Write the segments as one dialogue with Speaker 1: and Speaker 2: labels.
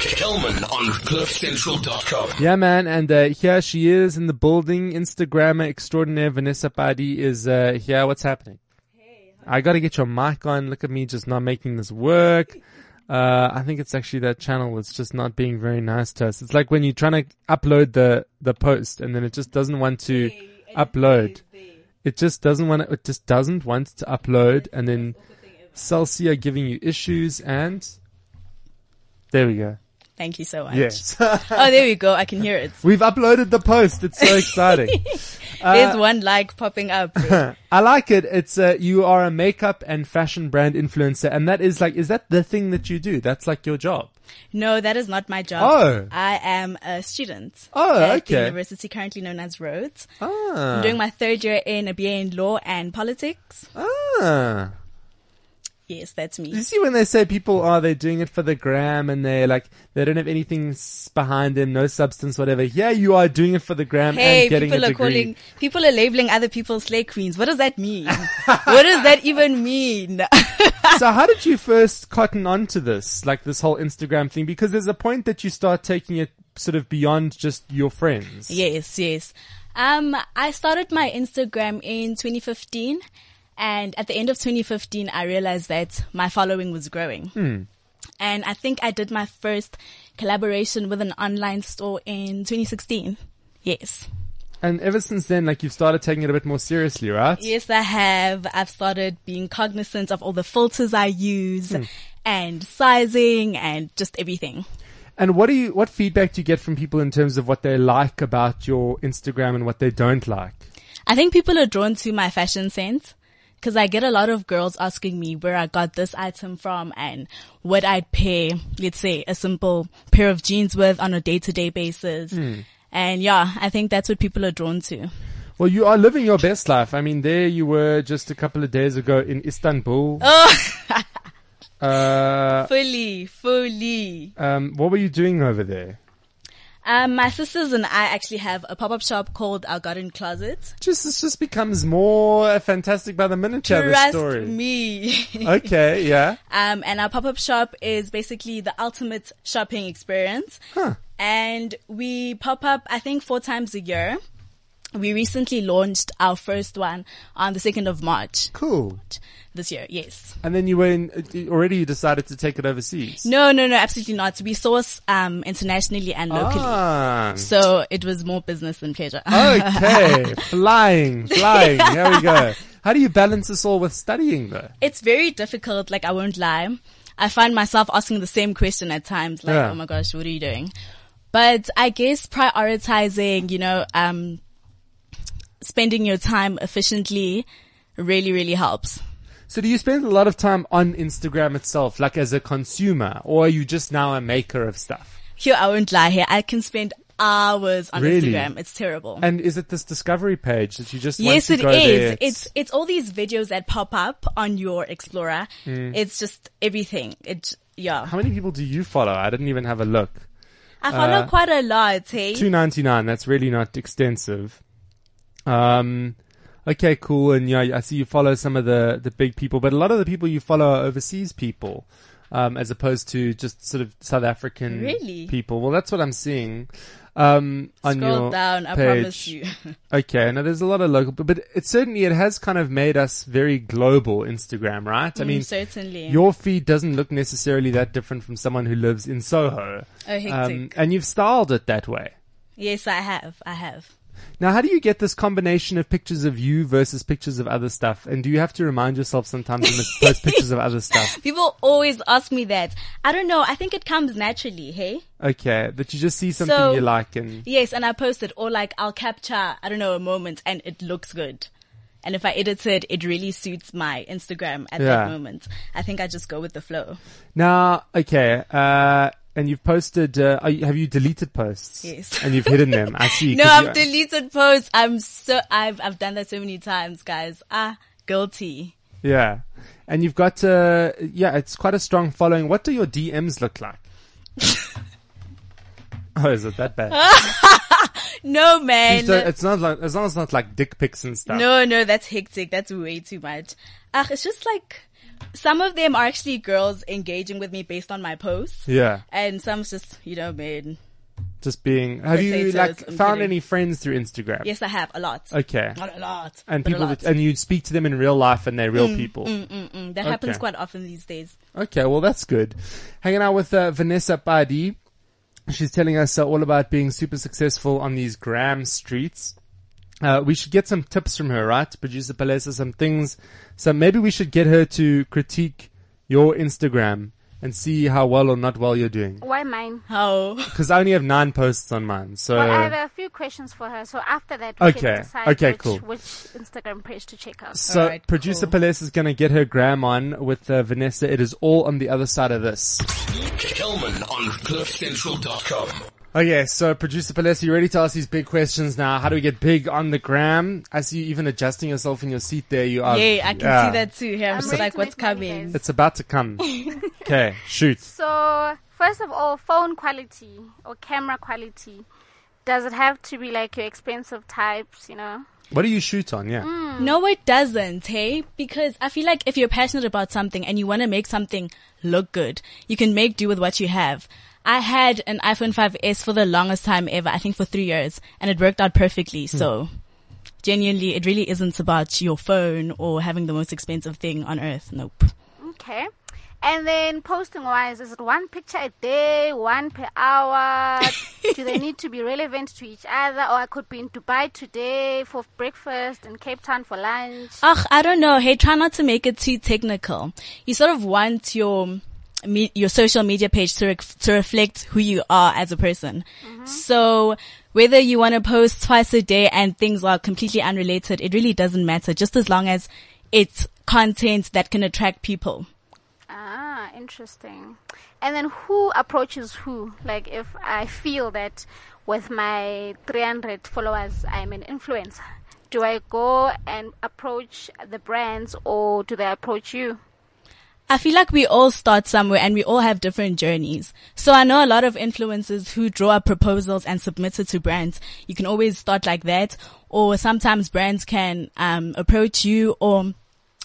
Speaker 1: Kelman on CliffCentral.com.
Speaker 2: Yeah, man. And uh, here she is in the building. Instagrammer extraordinaire Vanessa Padi is uh, here. What's happening? I got to get your mic on. Look at me just not making this work. Uh, I think it's actually that channel that's just not being very nice to us. It's like when you're trying to upload the, the post and then it just doesn't want to upload. It just doesn't want to, it just doesn't want to upload and then Celsius are giving you issues and there we go.
Speaker 3: Thank you so much.
Speaker 2: Yes.
Speaker 3: Oh, there we go. I can hear it.
Speaker 2: We've uploaded the post. It's so exciting. Uh,
Speaker 3: There's one like popping up.
Speaker 2: I like it. It's uh, you are a makeup and fashion brand influencer, and that is like, is that the thing that you do? That's like your job.
Speaker 3: No, that is not my job.
Speaker 2: Oh.
Speaker 3: I am a student.
Speaker 2: Oh,
Speaker 3: at
Speaker 2: okay.
Speaker 3: The university currently known as Rhodes.
Speaker 2: Ah,
Speaker 3: I'm doing my third year in a BA in law and politics.
Speaker 2: ah.
Speaker 3: Yes, that's
Speaker 2: You
Speaker 3: me.
Speaker 2: see, when they say people are they're doing it for the gram, and they're like they don't have anything s- behind them, no substance, whatever. Yeah, you are doing it for the gram
Speaker 3: Hey,
Speaker 2: and getting
Speaker 3: people
Speaker 2: a
Speaker 3: are
Speaker 2: degree.
Speaker 3: calling, people are labeling other people slay queens. What does that mean? what does that even mean?
Speaker 2: so how did you first cotton on to this, like this whole Instagram thing? Because there's a point that you start taking it sort of beyond just your friends.
Speaker 3: Yes, yes. Um, I started my Instagram in 2015, and at the end of 2015, I realized that my following was growing. And I think I did my first collaboration with an online store in 2016. Yes.
Speaker 2: And ever since then, like you've started taking it a bit more seriously, right?
Speaker 3: Yes, I have. I've started being cognizant of all the filters I use and sizing and just everything.
Speaker 2: And what do you, what feedback do you get from people in terms of what they like about your Instagram and what they don't like?
Speaker 3: I think people are drawn to my fashion sense because I get a lot of girls asking me where I got this item from and what I'd pair, let's say, a simple pair of jeans with on a day to day basis.
Speaker 2: Hmm.
Speaker 3: And yeah, I think that's what people are drawn to.
Speaker 2: Well, you are living your best life. I mean, there you were just a couple of days ago in Istanbul.
Speaker 3: Oh.
Speaker 2: uh,
Speaker 3: Fully, fully.
Speaker 2: um, what were you doing over there?
Speaker 3: Um, my sisters and I actually have a pop up shop called Our Garden Closet.
Speaker 2: Just, this just becomes more fantastic by the minute. Trust
Speaker 3: Trust
Speaker 2: story.
Speaker 3: me.
Speaker 2: Okay, yeah.
Speaker 3: Um, and our pop-up shop is basically the ultimate shopping experience. And we pop up, I think, four times a year. We recently launched our first one on the 2nd of March
Speaker 2: Cool.
Speaker 3: this year. Yes.
Speaker 2: And then you were in, uh, already you decided to take it overseas.
Speaker 3: No, no, no, absolutely not. We source, um, internationally and locally.
Speaker 2: Ah.
Speaker 3: So it was more business than pleasure.
Speaker 2: Oh, Okay, flying, flying. There we go. How do you balance this all with studying though?
Speaker 3: it's very difficult. Like I won't lie, I find myself asking the same question at times. Like,
Speaker 2: Yeah.
Speaker 3: oh my gosh, what are you doing? But I guess prioritizing, you know, um, spending your time efficiently really, really helps.
Speaker 2: So do you spend a lot of time on Instagram itself, like as a consumer, or are you just now a maker of stuff?
Speaker 3: Here, I won't lie. Here, I can spend hours on
Speaker 2: Really?
Speaker 3: Instagram. It's terrible.
Speaker 2: And is it this discovery page that you just
Speaker 3: Yes,
Speaker 2: want
Speaker 3: it
Speaker 2: to go there?
Speaker 3: is. It's it's all these videos that pop up on your Explorer.
Speaker 2: Mm.
Speaker 3: It's just everything. It yeah.
Speaker 2: how many people do you follow? I didn't even have a look.
Speaker 3: I follow quite a lot. Hey,
Speaker 2: Uh, Two ninety nine. That's really not extensive. Um, okay, cool. And yeah, I see you follow some of the the big people, but a lot of the people you follow are overseas people, um, as opposed to just sort of South African
Speaker 3: Really?
Speaker 2: people. Well, that's what I'm seeing. Um, on
Speaker 3: scroll
Speaker 2: your
Speaker 3: down. I
Speaker 2: page.
Speaker 3: promise you.
Speaker 2: Okay, now there's a lot of local, but, but it certainly it has kind of made us very global Instagram, right? I mean,
Speaker 3: Mm, certainly.
Speaker 2: your feed doesn't look necessarily that different from someone who lives in Soho. Um,
Speaker 3: Oh, hectic.
Speaker 2: and you've styled it that way.
Speaker 3: Yes, I have. I have.
Speaker 2: Now, how do you get this combination of pictures of you versus pictures of other stuff? And do you have to remind yourself sometimes to post pictures of other stuff?
Speaker 3: People always ask me that. I don't know. I think it comes naturally. Hey.
Speaker 2: Okay, that you just see something
Speaker 3: So-
Speaker 2: you like and
Speaker 3: Yes, and I post it or like I'll capture. I don't know a moment, and it looks good. And if I edit it, it really suits my Instagram at
Speaker 2: Yeah.
Speaker 3: that moment. I think I just go with the flow.
Speaker 2: now okay, uh, and you've posted. Uh, are you, have you deleted posts?
Speaker 3: Yes.
Speaker 2: And you've hidden them. I see.
Speaker 3: No,
Speaker 2: 'cause you-
Speaker 3: I've deleted posts. I'm so I've I've done that so many times, guys. Ah, guilty.
Speaker 2: Yeah, and you've got. Uh, yeah, it's quite a strong following. What do your DMs look like? oh, is it that bad?
Speaker 3: No,
Speaker 2: Please
Speaker 3: man.
Speaker 2: don't- it's not like as long as it's not like dick pics and stuff.
Speaker 3: No, no, that's hectic. That's way too much. Ah, it's just like some of them are actually girls engaging with me based on my posts,
Speaker 2: Yeah.
Speaker 3: and some's just you know men.
Speaker 2: Just being. Have you
Speaker 3: Potatoes,
Speaker 2: like
Speaker 3: I'm
Speaker 2: found
Speaker 3: kidding.
Speaker 2: any friends through Instagram?
Speaker 3: Yes, I have a lot.
Speaker 2: Okay.
Speaker 3: Not a lot.
Speaker 2: Uh, And
Speaker 3: but a
Speaker 2: people
Speaker 3: lot.
Speaker 2: that, uh, and you speak to them in real life and they're real people.
Speaker 3: Mm, that happens
Speaker 2: Okay.
Speaker 3: quite often these days.
Speaker 2: Okay, well that's good. Hanging out with uh, Vanessa Badi. She's telling us uh, all about being super successful on these gram streets. Uh, we should get some tips from her, right? Producer Palesa, some things. So maybe we should get her to critique your Instagram and see how well or not well you're doing.
Speaker 4: Why mine?
Speaker 2: Uh,
Speaker 3: How?
Speaker 2: Because I only have nine posts on mine, so
Speaker 4: Well, I have a few questions for her, so after that we
Speaker 2: Okay.
Speaker 4: can decide
Speaker 2: Okay,
Speaker 4: which,
Speaker 2: cool.
Speaker 4: which Instagram page to check out.
Speaker 2: So
Speaker 3: Alright,
Speaker 2: producer
Speaker 3: cool.
Speaker 2: Palesa is going to get her gram on with uh, Vanessa. It is all on the other side of this.
Speaker 1: Kelman on CliffCentral.com.
Speaker 2: Okay, Oh, so producer Palesa, you ready to ask these big questions now? How do we get big on the gram? I see you even adjusting yourself in your seat there. You are.
Speaker 3: Yay, I can
Speaker 2: Um, Yeah.
Speaker 3: see that too. Here, I'm,
Speaker 4: I'm
Speaker 3: just
Speaker 4: ready
Speaker 3: like,
Speaker 4: to
Speaker 3: what's
Speaker 4: make money,
Speaker 3: coming?
Speaker 4: guys.
Speaker 2: It's about to come. Okay, shoot.
Speaker 4: So first of all, phone quality or camera quality. Does it have to be like your expensive types? You know.
Speaker 2: What do you shoot on? Yeah.
Speaker 3: No, it doesn't, hey? Because I feel like if you're passionate about something and you want to make something look good, you can make do with what you have. I had an iPhone 5S for the longest time ever, I think for three years, and it worked out perfectly. So genuinely, it really isn't about your phone or having the most expensive thing on earth. Nope.
Speaker 4: Okay. And then posting wise, is it one picture a day, one per hour? Do they need to be relevant to each other? Or I could be in Dubai today for breakfast and Cape Town for lunch.
Speaker 3: Ugh, I don't know. Hey, try not to make it too technical. You sort of want your me, your social media page to ref, to reflect who you are as a person. So whether you want to post twice a day and things are completely unrelated, it really doesn't matter. Just as long as it's content that can attract people.
Speaker 4: Ah, interesting. And then who approaches who? Like if I feel that with my 300 followers, I'm an influencer. Do I go and approach the brands or do they approach you?
Speaker 3: I feel like we all start somewhere and we all have different journeys. So I know a lot of influencers who draw up proposals and submit it to brands. You can always start like that or sometimes brands can, um, approach you or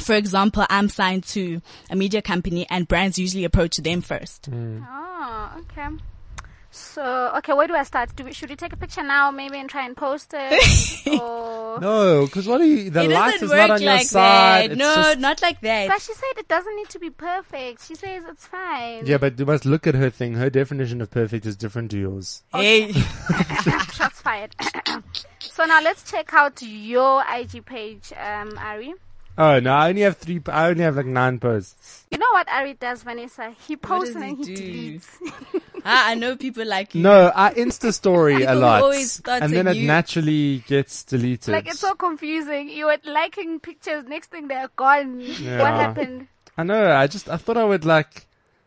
Speaker 3: for example, I'm signed to a media company and brands usually approach them first.
Speaker 4: Oh, okay. So, okay, where do I start? Do we, should we take a picture now, maybe, and try and post it? or,
Speaker 2: No, because what do you? The
Speaker 3: It
Speaker 2: light
Speaker 3: doesn't
Speaker 2: is not
Speaker 3: work
Speaker 2: on your
Speaker 3: like
Speaker 2: side.
Speaker 3: that.
Speaker 2: It's
Speaker 3: No,
Speaker 2: just-
Speaker 3: not like that.
Speaker 4: But she said it doesn't need to be perfect. She says it's fine.
Speaker 2: Yeah, but you must look at her thing. Her definition of perfect is different to yours.
Speaker 3: Hey.
Speaker 4: Shots fired. so now let's check out your IG page, um, Ari.
Speaker 2: Oh no, I only have three. I only have like nine posts.
Speaker 4: You know what Ari does, Vanessa? He posts
Speaker 3: does
Speaker 4: and
Speaker 3: he
Speaker 4: he
Speaker 3: do?
Speaker 4: deletes.
Speaker 3: ah, I know people like you.
Speaker 2: No, I Insta story a
Speaker 3: People
Speaker 2: lot,
Speaker 3: always start
Speaker 2: and then
Speaker 3: a
Speaker 2: it
Speaker 3: new-
Speaker 2: naturally gets deleted.
Speaker 4: Like it's so confusing. You were liking pictures, next thing they're gone. What
Speaker 2: Yeah.
Speaker 4: happened?
Speaker 2: I know. I just I thought I would like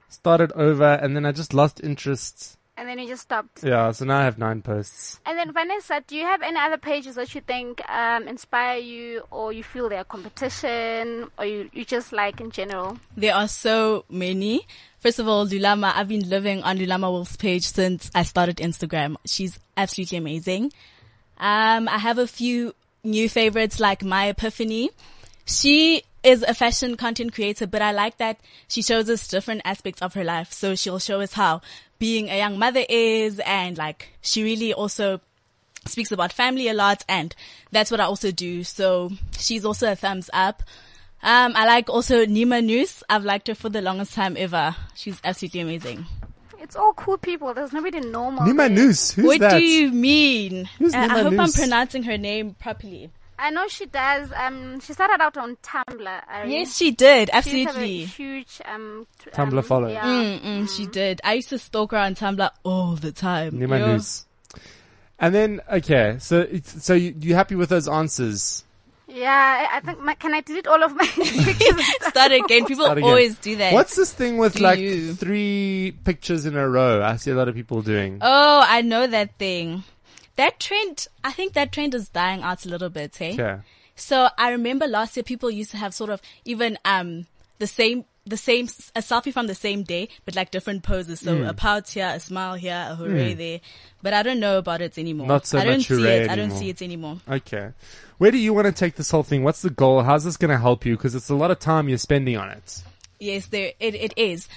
Speaker 2: start it over, and then I just lost interest.
Speaker 4: And then you just stopped.
Speaker 2: Yeah, so now I have nine posts.
Speaker 4: And then Vanessa, do you have any other pages that you think um, inspire you, or you feel they're competition, or you, you just like in general?
Speaker 3: There are so many. First of all, Lulama, I've been living on Lulama Wolf's page since I started Instagram. She's absolutely amazing. Um, I have a few new favorites like My Epiphany. She is a fashion content creator, but I like that she shows us different aspects of her life. So she'll show us how being a young mother is and like she really also speaks about family a lot and that's what I also do. So she's also a thumbs up. Um, I like also Nima Noose. I've liked her for the longest time ever. She's absolutely amazing.
Speaker 4: It's all cool people. There's nobody normal.
Speaker 2: Nima
Speaker 4: there.
Speaker 2: Noose, who's
Speaker 3: what
Speaker 2: that?
Speaker 3: do you mean?
Speaker 2: Who's
Speaker 3: Uh, I
Speaker 2: Nima
Speaker 3: hope I'm
Speaker 2: Noose?
Speaker 3: pronouncing her name properly.
Speaker 4: I know she does. Um, she started out on Tumblr. Ari.
Speaker 3: Yes, she did.
Speaker 4: She used to have a
Speaker 3: Absolutely.
Speaker 4: huge um, t-
Speaker 2: Tumblr
Speaker 4: um,
Speaker 2: follow.
Speaker 4: Yeah.
Speaker 3: Mm-mm, she did. I used to stalk her on Tumblr all the time.
Speaker 2: Nima
Speaker 3: Yo.
Speaker 2: Noose. And then okay, so it's, so you you happy with those answers?
Speaker 4: Yeah, I I think my, can I delete all of my pictures?
Speaker 3: Start again. People
Speaker 2: Start again.
Speaker 3: always do that.
Speaker 2: What's this thing with
Speaker 3: Do
Speaker 2: like
Speaker 3: you.
Speaker 2: three pictures in a row? I see a lot of people doing.
Speaker 3: Oh, I know that thing. That trend, I think that trend is dying out a little bit, eh?
Speaker 2: Okay.
Speaker 3: So I remember last year people used to have sort of even um the same the same a selfie from the same day, but like different poses.
Speaker 2: Hmm.
Speaker 3: So a pout here, a smile here, a hooray there. But I don't know about it anymore.
Speaker 2: Not so
Speaker 3: I don't
Speaker 2: much
Speaker 3: see
Speaker 2: hooray
Speaker 3: it. I don't
Speaker 2: anymore.
Speaker 3: see it anymore.
Speaker 2: Okay. Where do you want to take this whole thing? What's the goal? How's this going to help you? Because it's a lot of time you're spending on it.
Speaker 3: Yes, there it, it is.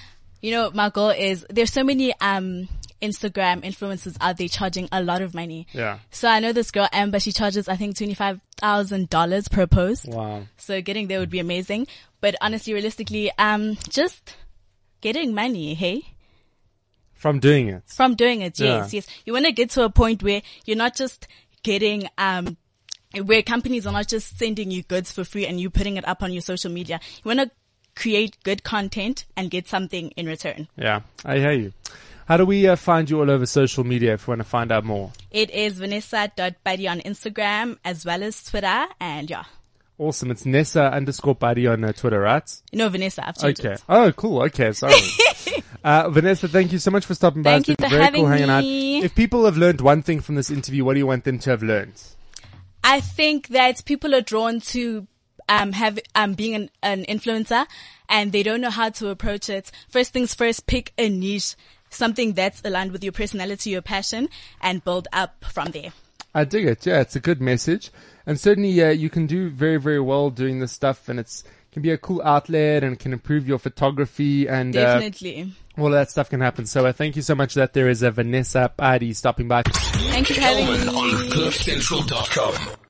Speaker 3: You know, my goal is there's so many um Instagram influencers out there charging a lot of money.
Speaker 2: Yeah.
Speaker 3: So I know this girl Amber, she charges I think twenty five thousand dollars per post.
Speaker 2: Wow.
Speaker 3: So getting there would be amazing. But honestly, realistically, um just getting money, hey?
Speaker 2: From doing it.
Speaker 3: From doing it,
Speaker 2: Yeah.
Speaker 3: yes, yes. You wanna get to a point where you're not just getting um where companies are not just sending you goods for free and you putting it up on your social media. You wanna create good content and get something in return.
Speaker 2: Yeah. I hear you. How do we uh, find you all over social media if we want to find out more?
Speaker 3: It is Vanessa.buddy on Instagram as well as Twitter and yeah.
Speaker 2: Awesome. It's Nessa underscore buddy on uh, Twitter, right?
Speaker 3: No, Vanessa, I've changed
Speaker 2: Okay.
Speaker 3: it.
Speaker 2: Oh, cool. Okay. Sorry. uh, Vanessa, thank you so much for stopping by.
Speaker 3: Thank
Speaker 2: It's been
Speaker 3: you for
Speaker 2: very cool
Speaker 3: having
Speaker 2: hanging
Speaker 3: me.
Speaker 2: out. If people have learned one thing from this interview, what do you want them to have learned?
Speaker 3: I think that people are drawn to um, have um, being an, an influencer, and they don't know how to approach it. First things first, pick a niche, something that's aligned with your personality, your passion, and build up from there.
Speaker 2: I dig it. Yeah, it's a good message, and certainly uh, you can do very, very well doing this stuff, and it's can be a cool outlet, and can improve your photography, and uh,
Speaker 3: Definitely.
Speaker 2: all of that stuff can happen. So, uh, thank you so much that there is a Vanessa Padi stopping by.
Speaker 3: Thank you for having
Speaker 1: Kelman
Speaker 3: me.
Speaker 1: on CliffCentral.com.